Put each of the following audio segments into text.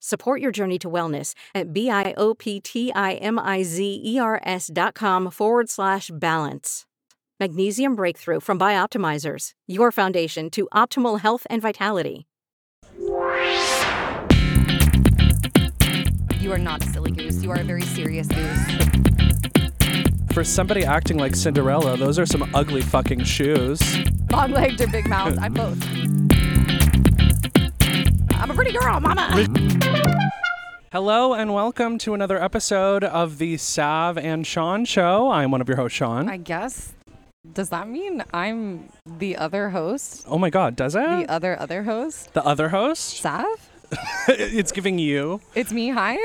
Support your journey to wellness at B-I-O-P-T-I-M-I-Z-E-R-S E dot com forward slash balance. Magnesium Breakthrough from Bioptimizers, your foundation to optimal health and vitality. You are not a silly goose. You are a very serious goose. For somebody acting like Cinderella, those are some ugly fucking shoes. Long legged or big mouth? I'm both. I'm a pretty girl, mama. Hello and welcome to another episode of the Sav and Sean Show. I'm one of your hosts, Sean. I guess. Does that mean I'm the other host? oh my god, does it? The The, other other host? other host? Sav? it's giving you. It's me. Hi.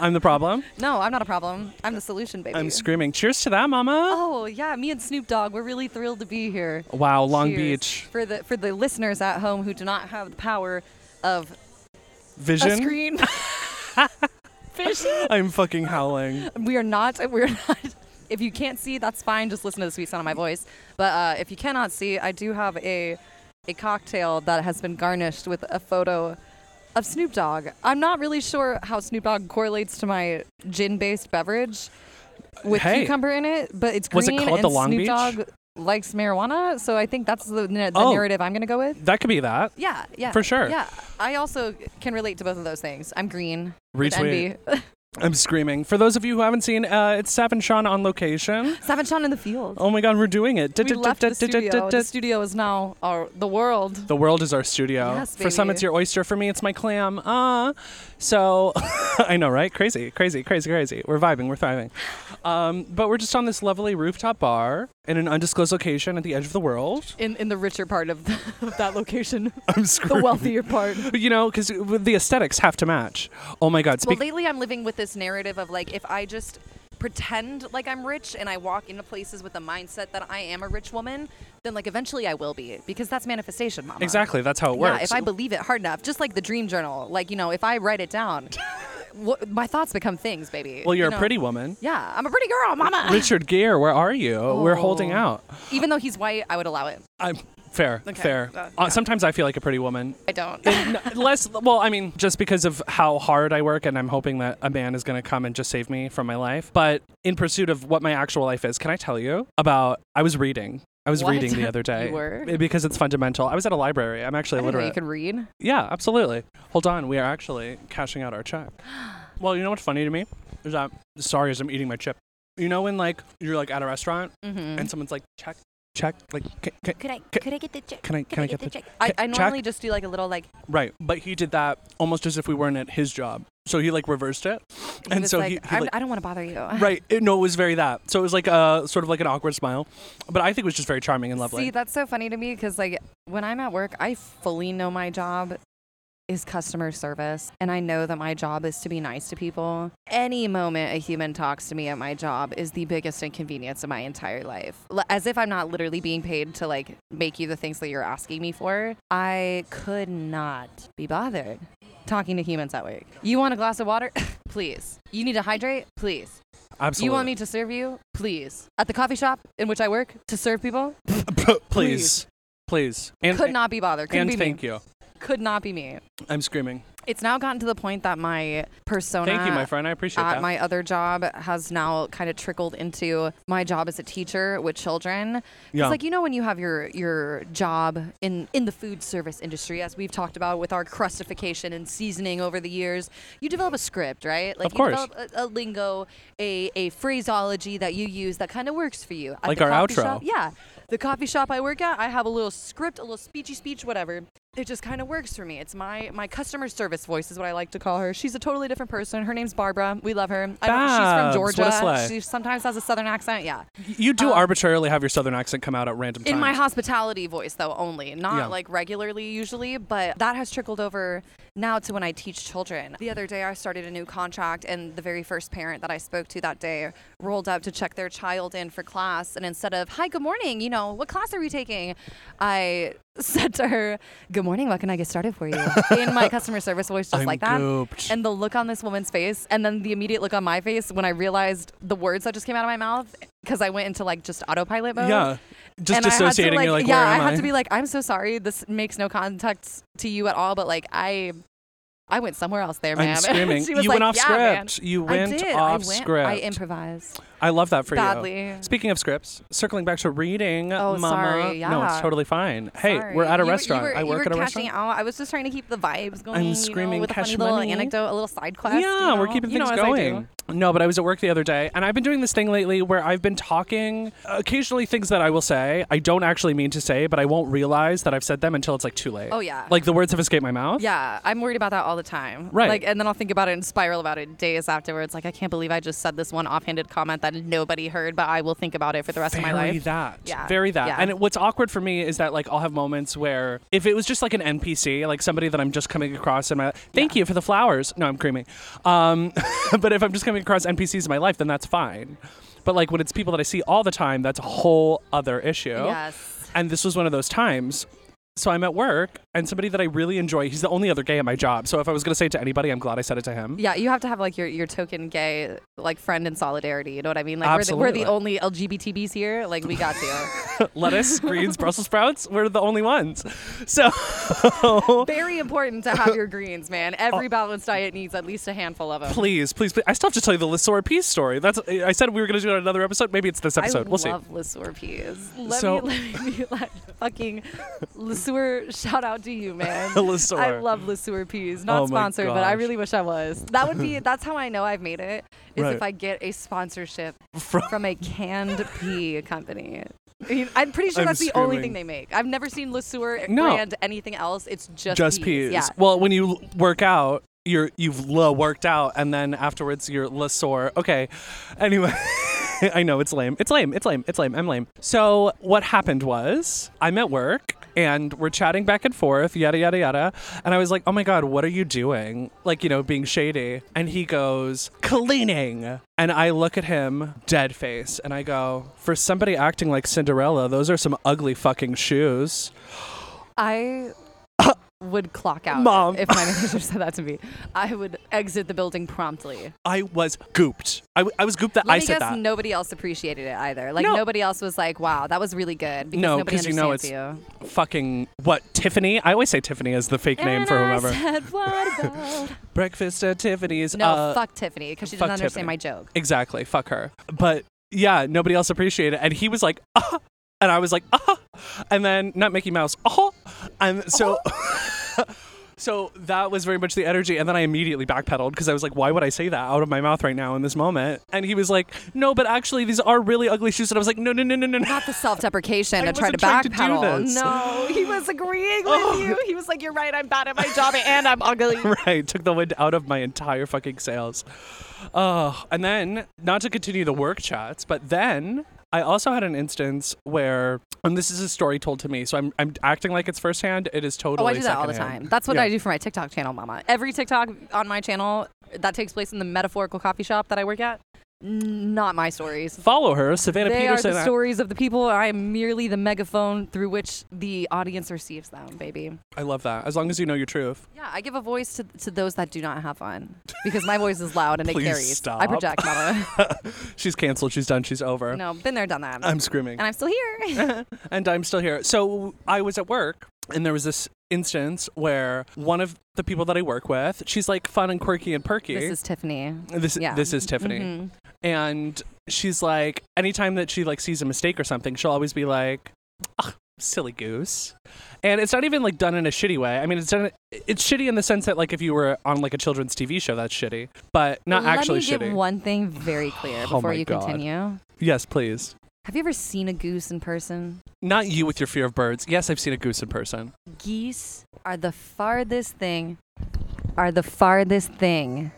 I'm the problem. no, I'm not a problem. I'm the solution, baby. I'm screaming. Cheers to that, mama. Oh yeah, me and Snoop Dogg. We're really thrilled to be here. Wow, Long Oh, Cheers. Beach For the for the listeners at home who do not have the power of a vision. screen. I'm fucking howling. We are not. We're not. If you can't see, that's fine. Just listen to the sweet sound of my voice. But uh, if you cannot see, I do have a a cocktail that has been garnished with a photo of Snoop Dogg. I'm not really sure how Snoop Dogg correlates to my gin-based beverage with Hey. cucumber in it, but it's Was it green called and the Long Snoop Beach? Dogg likes marijuana, so I think that's the, the Oh. narrative I'm gonna go with. That could be that. Yeah, yeah, For sure. Yeah, I also can relate to both of those things. I'm green. with Retweet. envy. I'm screaming. For those of you who haven't seen, uh, it's Sav and Sean on location. Savage Sean in the field. Oh my god, we're doing it. we left the studio. The studio is now our the world. The world is our studio. Yes, For some, baby. it's your oyster. For me, it's my clam. Ah, so I know, right? Crazy, crazy, crazy, crazy. We're vibing. We're thriving. Um, but we're just on this lovely rooftop bar in an undisclosed location at the edge of the world. In in the richer part of, the, of that location, I'm the screwed. wealthier part. You know, because the aesthetics have to match. Oh my God! Well, Speak. lately I'm living with this narrative of like if I just pretend like I'm rich and I walk into places with the mindset that I am a rich woman, then like eventually I will be because that's manifestation, mama. exactly. That's how it Yeah, works. if I believe it hard enough, just like the dream journal, like you know, if I write it down, what, my thoughts become things, baby. well, you're you a know? pretty woman. Yeah, I'm a pretty girl, mama. Richard Gere, where are you? We're holding Oh. out. Even though he's white, I would allow it. I'm fair. Fair. uh, Uh, sometimes I feel like a pretty woman. I don't. N- less well i mean just because of how hard i work and i'm hoping that a man is going to come and just save me from my life but in pursuit of what my actual life is can i tell you about i was reading i was What? reading the other You day were? b- because it's fundamental i was at a library i'm actually I didn't know illiterate you could read. yeah absolutely hold on we are actually cashing out our check well you know what's funny to me is that sorry as i'm eating my chip you know when like you're like at a restaurant Mm-hmm. and someone's like check check like can, can, Could I Ca- could I get the check? can i can i get the check? I, I Check. normally just do like a little like. Right. But he did that almost as if we weren't at his job. So he like reversed it. he And was so like, he, he "I'm- like, I don't want to bother you. right. It, no, it was very that. So it was like a sort of like an awkward smile. But I think it was just very charming and lovely. See, that's so funny to me because like when I'm at work, I fully know my job is customer service, and I know that my job is to be nice to people. Any moment a human talks to me at my job is the biggest inconvenience of my entire life. L- As if I'm not literally being paid to like make you the things that you're asking me for. I could not be bothered talking to humans at work. You want a glass of water? Please. You need to hydrate? Please. Absolutely. You want me to serve you? Please. At the coffee shop in which I work to serve people? please. Please. And, Could not be bothered. Couldn't and be thank me. you. Could not be me. I'm screaming. It's now gotten to the point that my persona Thank you, my friend. I appreciate at that. my other job has now kind of trickled into my job as a teacher with children. Yeah. It's like you know when you have your your job in in the food service industry, as we've talked about with our crustification and seasoning over the years, you develop a script, right? Like Of you course. develop a, a lingo, a, a phraseology that you use that kind of works for you. At Like the our coffee outro. shop- Yeah. the coffee shop I work at, I have a little script, a little speechy speech, whatever. It just kind of works for me. It's my my customer service voice is what I like to call her. She's a totally different person. Her name's Barbara. We love her. I don't- Babs, she's what a from Georgia. slay. She sometimes has a southern accent. Yeah. You do arbitrarily have your southern accent come out at random times. Um, In my hospitality voice, though, only, not Yeah. like regularly usually, but that has trickled over now to when I teach children. The other day, I started a new contract, and the very first parent that I spoke to that day rolled up to check their child in for class. And instead of, Hi, good morning, you know, what class are you taking? I said to her, Good morning, what can I get started for you? in my customer service voice, just I'm like that. gooped. And the look on this woman's face, and then the immediate look on my face when I realized the words that just came out of my mouth, because I went into like just autopilot mode yeah, just and dissociating. I had to, you're like, like, yeah, where am I had to be like, I'm so sorry. This makes no context to you at all. But like, I, I went somewhere else there, I'm ma'am. And screaming. she was You like, went off "Yeah, man." script. You I went did. I off went. script. I improvised. I love that for you. Badly. Speaking of scripts, circling back to reading, Oh, Mama. sorry, No, it's yeah. totally fine. Hey, Sorry. we're at a You were- you restaurant. were- I you work were at a cashing restaurant. Out. I was just trying to keep the vibes going. you screaming know, with a cash funny little money. anecdote, a little side quest. Yeah, you we're know? keeping You know, things as I do. going. No, but I was at work the other day, and I've been doing this thing lately where I've been talking occasionally things that I will say I don't actually mean to say, but I won't realize that I've said them until it's like too late. Oh, yeah. like the words have escaped my mouth. Yeah, I'm worried about that all the time. Right. Like, and then I'll think about it and spiral about it days afterwards. Like, I can't believe I just said this one offhanded comment that nobody heard, but I will think about it for the rest of my Very life. that. Yeah. Very that. Yeah. And it, what's awkward for me is that like I'll have moments where if it was just like an NPC, like somebody that I'm just coming across in my thank you for the flowers. No, I'm creaming. Um, but if I'm just coming across NPCs in my life, then that's fine. But like when it's people that I see all the time, that's a whole other issue. Yes. And this was one of those times. So I'm at work and somebody that I really enjoy, he's the only other gay at my job. So if I was going to say it to anybody, I'm glad I said it to him. Yeah, you have to have like your, your token gay like friend in solidarity. You know what I mean? Like we're the, we're the Absolutely. only LGBTBs here. Like we got you. Lettuce, greens, Brussels sprouts, we're the only ones. So Very important to have your greens, man. Every balanced diet needs at least a handful of them. please, please, please. I still have to tell you the Lissora Peace story. That's I said we were going to do it on another episode. Maybe it's this episode. I we'll see. love Lesueur peas. Let So- me let me be like fucking Lesueur. Shout out to you, man. Lesueur. I love Lesueur peas. Not Oh my sponsored, but I gosh. really wish I was. That would be. That's how I know I've made it. Is Right. if I get a sponsorship From- from, a canned pea company. I mean, I'm pretty sure I'm that's the only screaming. thing they make. I've never seen Lesueur No. brand anything else. It's just Just peas. peas. Yeah. Well, when you l- work out, you're you've l- worked out, and then afterwards you're Lissor. Okay. Anyway. I know it's lame. It's lame. It's lame. It's lame. I'm lame. So what happened was I'm at work and we're chatting back and forth, yada yada yada. And I was like, "Oh my god, what are you doing?" Like you know, being shady. And he goes, "Cleaning." And I look at him, dead face, and I go, "For somebody acting like Cinderella, those are some ugly fucking shoes." I would clock out Mom. if my manager said that to me. I would exit the building promptly. I was gooped. I, w- I was gooped that Let I me said guess that. nobody else appreciated it either. Like No. nobody else was like, "Wow, that was really good." Because No, nobody because you know understands you. Fucking what? Tiffany? I always say Tiffany is the fake name for And I whomever. said, "What about-" Breakfast at Tiffany's. no, uh, fuck Tiffany because she fuck doesn't understand Tiffany. my joke. Exactly. Fuck her. But yeah, nobody else appreciated it. And he was like, ah. And I was like, ah. And then, not Mickey Mouse, ah. And so. Uh-huh. So that was very much the energy. And then I immediately backpedaled because I was like, why would I say that out of my mouth right now in this moment? And he was like, no, but actually, these are really ugly shoes. And I was like, no, no, no, no, no, no. Not the self-deprecation to I try to wasn't trying to do backpedal. this. Oh. no, he was agreeing with you. He was like, "You're right. I'm bad at my job and I'm ugly." right took the wind out of my entire fucking sails oh and then not to continue the work chats but then i also had an instance where and this is a story told to me so i'm, I'm acting like it's firsthand it is Oh, totally I do that all the secondhand. time. That's what Yeah. I do for my TikTok channel, Mama. Every TikTok on my channel that takes place in the metaphorical coffee shop that I work at, n- not my stories. follow her savannah They peterson are the at- stories of the people. I am merely the megaphone through which the audience receives them, baby. i love that as long as you know your truth Yeah, I give a voice to, to those that do not have one because my voice is loud and it Please carries. I stop. project, Mama. she's canceled she's done she's over no, been there, done that. i'm screaming and I'm still here. and I'm still here. So I was at work, and there was this instance where one of the people that I work with, she's like fun and quirky and perky. this is Tiffany. this, yeah. this is Tiffany, Mhm. and she's like, anytime that she like sees a mistake or something, she'll always be like, "Ugh, "Silly goose," and it's not even like done in a shitty way. I mean, it's done. It's shitty in the sense that like if you were on like a children's TV show, that's shitty, but not Let actually me shitty. get one thing very clear Oh before my you God. continue. yes, please. Have you ever seen a goose in person? Not you with your fear of birds. Yes, I've seen a goose in person. Geese are the farthest thing, are the farthest thing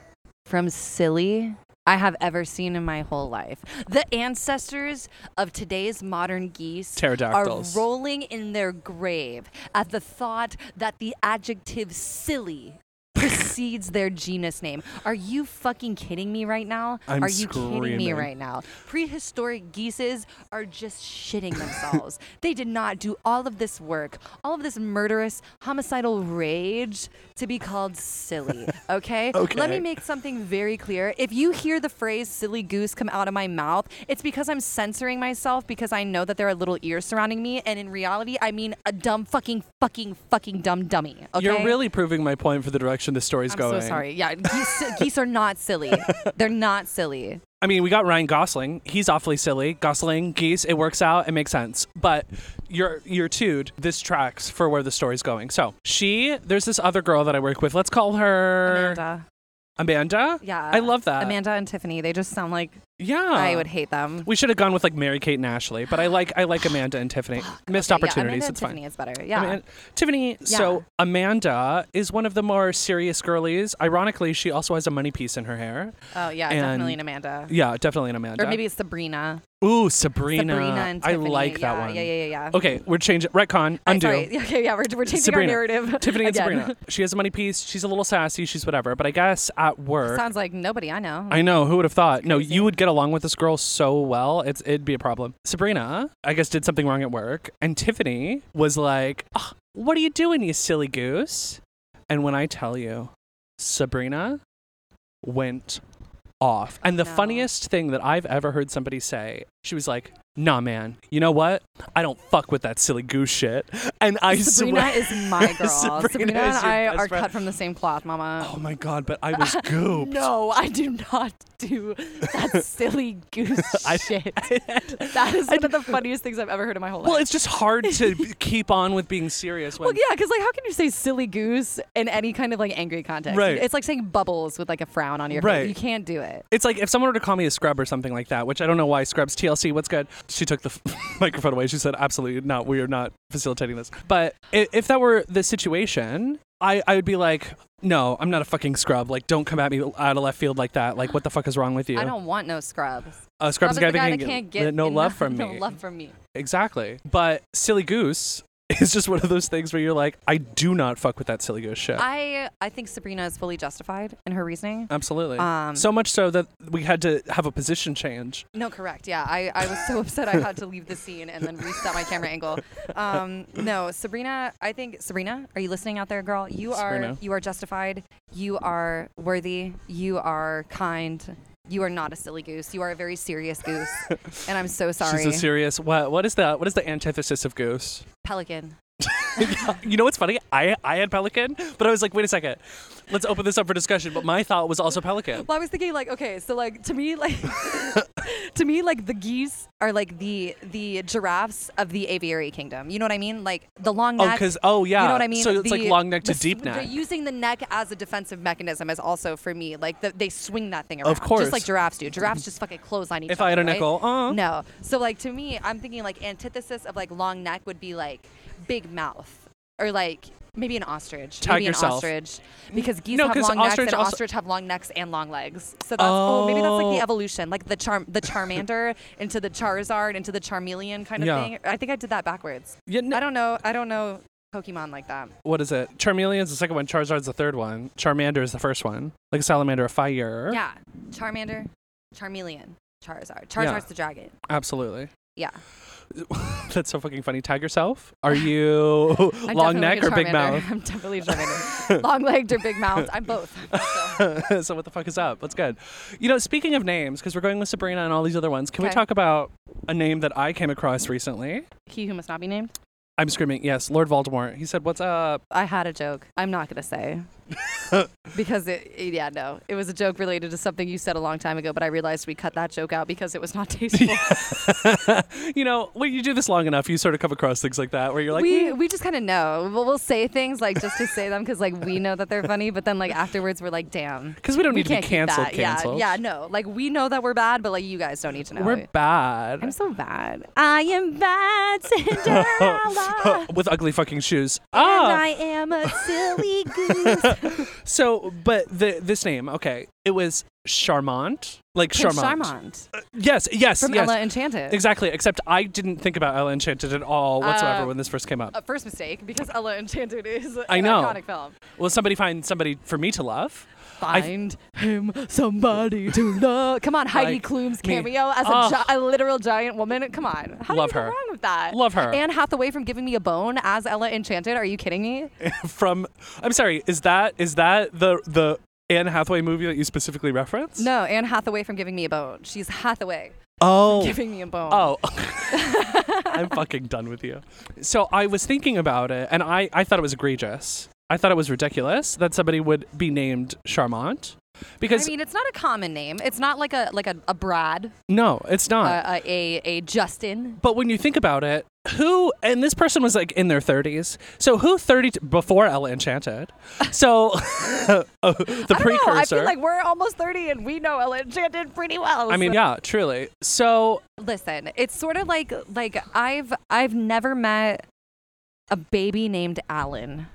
from silly I have ever seen in my whole life. The ancestors of today's modern geese Pterodactyls. are rolling in their grave at the thought that the adjective silly precedes their genus name. Are you fucking kidding me right now? I'm are you kidding me screaming. right now? Prehistoric geeses are just shitting themselves. they did not do all of this work, all of this murderous homicidal rage to be called silly, okay? Let me Okay. make something very clear. If you hear the phrase silly goose come out of my mouth, it's because I'm censoring myself because I know that there are little ears surrounding me and in reality I mean a dumb fucking fucking fucking dumb dummy, okay? You're really proving my point for the direction the story's I'm going. so sorry. Yeah, geese, geese are not silly. They're not silly. I mean, we got Ryan Gosling. He's awfully silly. Gosling, geese, it works out. It makes sense. But your your dude, this tracks for where the story's going. So she, there's this other girl that I work with. Let's call her Amanda. Amanda. Yeah. I love that. Amanda and Tiffany, they just sound like Yeah. I would hate them. We should have gone with like Mary Kate and Ashley, but I like I like Amanda and Tiffany. Missed Yeah, opportunities. Amanda and it's fine. Tiffany is better. Yeah. Aman- Tiffany. So Amanda is one of the more serious girlies. Ironically, she also has a money piece in her hair. oh yeah, and- definitely an Amanda. Yeah, definitely an Amanda. Or maybe it's Sabrina. ooh Sabrina. Sabrina and I Tiffany. like that yeah, one. Yeah, yeah, yeah, yeah. Okay, we're changing retcon All right, undo. sorry. Okay, yeah, we're, we're changing Sabrina. our narrative. Tiffany and again. Sabrina. She has a money piece. She's a little sassy. She's whatever. But I guess at work, Sounds like nobody I know. I know. Who would have thought? No, you would get along with this girl so well. It's it'd be a problem. Sabrina, I guess, did something wrong at work, and Tiffany was like, "Ah, "What are you doing, you silly goose?" And when I tell you, Sabrina went off. And the No. funniest thing that I've ever heard somebody say, she was like, "Nah, man. You know what? I don't fuck with that silly goose shit." And I Sabrina swear. is my girl. Sabrina Sabrina, is and your I best are friend. cut from the same cloth, Mama. Oh my god! But I was gooped. no, I do not do that silly goose I- shit. that is one of the funniest things I've ever heard in my whole life. Well, it's just hard to b- keep on with being serious when Well, yeah, because like, how can you say silly goose in any kind of like angry context? Right. It's like saying bubbles with like a frown on your face. Right. You can't do it. it's like if someone were to call me a scrub or something like that, which I don't know why scrubs TLC. What's good? She took the f- microphone away. She said, "Absolutely not. We are not facilitating this." But i- if that were the situation, I I would be like, "No, I'm not a fucking scrub. Like, don't come at me out of left field like that. Like, what the fuck is wrong with you?" I don't want no scrubs. A scrub's Scrub is guy the guy that that can can't get no love from no me. love from me. Exactly. But silly goose is just one of those things where you're like, I do not fuck with that silly goose shit. I I think Sabrina is fully justified in her reasoning. Absolutely. Um, so much so that we had to have a position change. No, correct. Yeah, I, I was so upset I had to leave the scene and then reset my camera angle. Um, no, Sabrina, I think Sabrina, are you listening out there, girl? You Sabrina. are you are justified. You are worthy. You are kind. You are not a silly goose. You are a very serious goose. and I'm so sorry. She's a serious. What, what is the what is the antithesis of goose? Pelican. you know what's funny? I I had pelican, but I was like, wait a second, let's open this up for discussion. But my thought was also pelican. Well, I was thinking like, okay, so like to me, like to me, like the geese are like the the giraffes of the aviary kingdom. You know what I mean? Like the long Oh, neck. 'cause- oh, You yeah. know what I mean? So it's like long neck to the s- deep they're neck. using the neck as a defensive mechanism is also for me like the, they swing that thing around. Of course. just like giraffes do. Giraffes just fucking close on each If other. I had a right? nickel, uh. No. So like to me, I'm thinking like antithesis of like long neck would be like big mouth or like. Maybe an ostrich. Tag maybe yourself. an ostrich. Because geese No, have 'cause long necks ostrich and also- ostrich have long necks and long legs. So that's oh, maybe that's like Oh. the evolution, like the charm, the Charmander into the Charizard into the Charmeleon kind of Yeah. thing. I think I did that backwards. Yeah, no- I don't know. I don't know Pokemon like that. What is it? Charmeleon's the second one. Charizard's the third one. Charmander is the first one. Like a salamander of fire. Yeah, Charmander, Charmeleon, Charizard. Charizard's the dragon. Absolutely. Yeah, That's so fucking funny. Tag yourself. Are you I'm definitely long neck a or big Charmander. mouth? I'm definitely a Charmander. long legged or big mouth. I'm both. So, so what the fuck is up? What's good? You know, speaking of names, because we're going with Sabrina and all these other ones, can we Okay. talk about a name that I came across recently? he who must not be named. I'm screaming, yes, Lord Voldemort. He said, "What's up?" I had a joke. I'm not gonna say. because it, it- yeah, no, it was a joke related to something you said a long time ago, but I realized we cut that joke out because it was not tasteful. you know, when you do this long enough, you sort of come across things like that where you're like, "Hmm, we we just kind of know. We'll, we'll say things like just to say them because like we know that they're funny, but then like afterwards we're like, damn. 'Cause we don't need to be can't keep canceled, that. canceled. Yeah, yeah, no. Like we know that we're bad, but like you guys don't need to know. we're bad. I'm so bad. I am bad, Cinderella. with ugly fucking shoes. And Ah, I am a silly goose. so but the this name, okay, it was Charmant, like Prince Charmant. Charmant Yes, yes, from yes, Ella Enchanted. exactly. Except I didn't think about Ella Enchanted at all whatsoever Uh, when this first came up. A first mistake because Ella Enchanted is an I know. iconic film. Will somebody find somebody for me to love? I- Find him somebody to love. Come on, Heidi Like Klum's me. cameo as a, Oh. gi- a literal giant woman. Come on, how Love do you her. go wrong with that? Love her. Anne Hathaway from Giving Me a Bone as Ella Enchanted. Are you kidding me? From I'm sorry, is that is that the the Anne Hathaway movie that you specifically referenced? No, Anne Hathaway from Giving Me a Bone. She's Hathaway Oh. giving me a bone. Oh, I'm fucking done with you. So I was thinking about it, and I, I thought it was egregious. I thought it was ridiculous that somebody would be named Charmant, I because mean, it's not a common name. It's not like a like a, a Brad, no, it's a, not. a, a, a Justin. but when you think about it, who and this person was like in their 30s. So who 30 t- before Ella Enchanted? So uh, the I don't know. I precursor. feel like we're almost 30 and we know Ella Enchanted pretty well. I mean, yeah, truly. So listen, it's sort of like like I've I've never met a baby named Alan.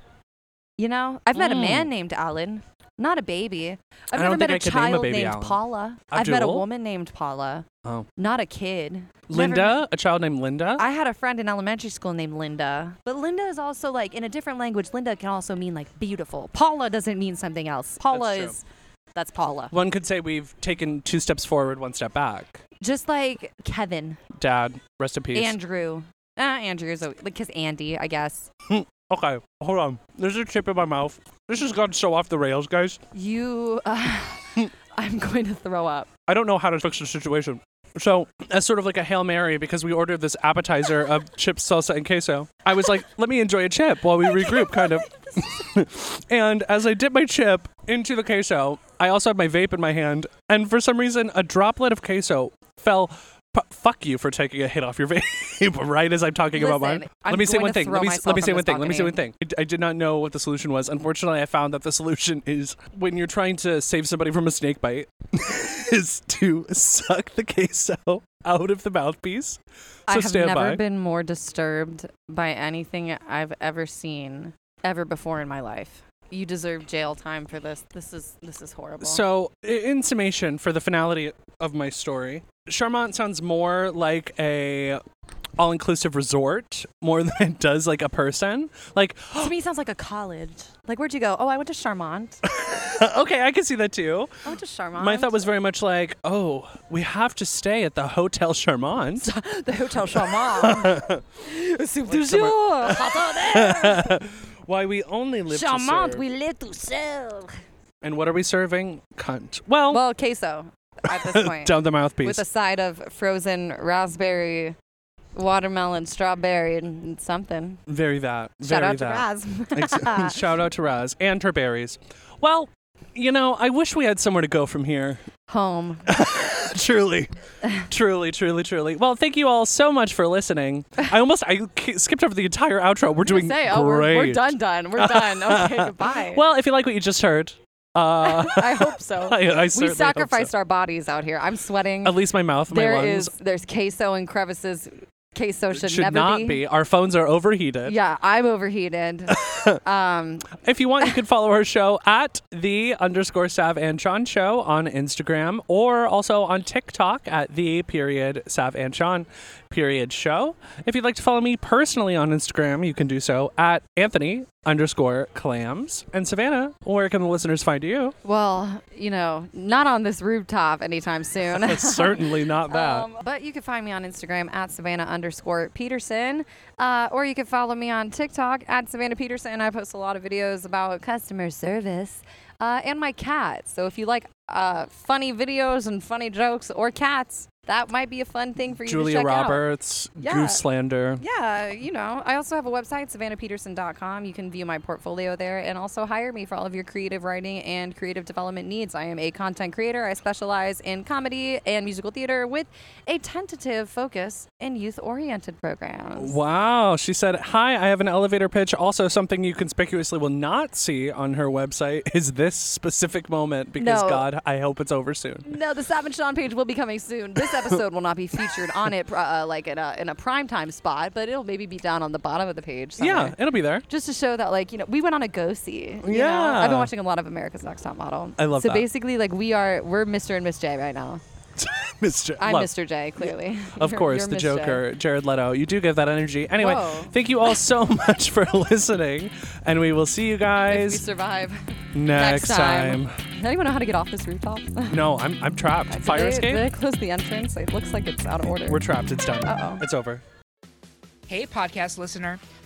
You know, I've met a man named Alan, not a baby. I've Hmm. I never don't met think I a could name a child baby named Alan. Paula. I've met a Abdul? woman named Paula, oh, not a kid. Never met- Linda, a child named Linda. I had a friend in elementary school named Linda, but Linda is also like in a different language. Linda can also mean like beautiful. Paula doesn't mean something else. Paula true. is that's Paula. One could say we've taken two steps forward, one step back. Just like Kevin, Dad, rest in peace. Andrew. Uh, Andrew is like because Andy, I guess. Okay, hold on. There's a chip in my mouth. This has gone so off the rails, guys. You, uh, I'm going to throw up. I don't know how to fix the situation. So, as sort of like a Hail Mary, because we ordered this appetizer of chips, salsa, and queso, I was like, let me enjoy a chip while we regroup, kind of. and as I dip my chip into the queso, I also had my vape in my hand. And for some reason, a droplet of queso fell. P- fuck you for taking a hit off your vape right as I'm talking about Listen, mine. I'm let me say going one to thing. throw Let me, myself let me from say one this thing. Let me say balcony. one thing. I d- I did not know what the solution was. Unfortunately, I found that the solution is when you're trying to save somebody from a snake bite, is to suck the queso out of the mouthpiece. So I have stand never by. been more disturbed by anything I've ever seen ever before in my life. You deserve jail time for this. This is this is horrible. So, i- in summation, for the finality of my story, Charmant sounds more like a all-inclusive resort more than it does like a person. Like, to me, it sounds like a college. Like, where'd you go? Oh, I went to Charmont. okay, I can see that too. I went to Charmont. My thought was very much like, oh, we have to stay at the Hotel Charmant. the Hotel Charmont. Soup du jour. Hot dog Why we only there. live to Charmont, serve. we live to serve. and what are we serving? Cunt. Well, Well, queso at this point. down the mouthpiece. with a side of frozen raspberry, watermelon, strawberry, and and something. very that. Shout very out to that. Raz. Ex- Shout out to Raz and her berries. Well, you know, I wish we had somewhere to go from here. Home. truly, truly, truly, truly. Well, thank you all so much for listening. I almost I k- skipped over the entire outro. We're doing Say, great. oh, we're, we're done, done. We're done. Okay, goodbye. Well, if you like what you just heard, uh, I hope so. I, I we certainly hope so. sacrificed our bodies out here. I'm sweating. At least my mouth, my There is lungs there's queso and crevices. Queso should, should never not be. be. Our phones are overheated. Yeah, I'm overheated. um, If you want, you can follow our show at the underscore Sav and Sean show on Instagram or also on TikTok at the period Sav and Sean period show. If you'd like to follow me personally on Instagram, you can do so at Anthony underscore clams. And Savannah, where can the listeners find you? well, you know, not on this rooftop anytime soon. Certainly not that. Um, but you can find me on Instagram at Savannah underscore Peterson, uh, or you can follow me on TikTok at Savannah Peterson. I post a lot of videos about customer service uh, and my cat. So if you like uh, funny videos and funny jokes or cats, that might be a fun thing for you to Julia check out. Roberts, Yeah. Gooslander. Yeah, you know, I also have a website, savannahpeterson.com. You can view my portfolio there and also hire me for all of your creative writing and creative development needs. I am a content creator. I specialize in comedy and musical theater with a tentative focus in youth oriented programs. Wow. She said, Hi, I have an elevator pitch. Also, something you conspicuously will not see on her website is this specific moment because, No. God, I hope it's over soon. No, the Savage Sean page will be coming soon. This episode will not be featured on it, uh, like in a, in a primetime spot, but it'll maybe be down on the bottom of the page. Somewhere. Yeah, it'll be there. just to show that like you know we went on a go see Yeah. i've been watching a lot of america's next top model I love so that. basically like we are we're mr and miss j right now Mr. i'm Love. mr j clearly Of You're- course, you're the Miss J. Joker, Jared Leto. You do give that energy. Anyway, Whoa. thank you all so much for listening, and we will see you if we guys survive next, time. Does anyone know how to get off this rooftop? No, I'm, I'm trapped. Did Fire they, escape? Did they close the entrance? It looks like it's out of order. We're trapped. It's done. Uh-oh. It's over. Hey, podcast listener.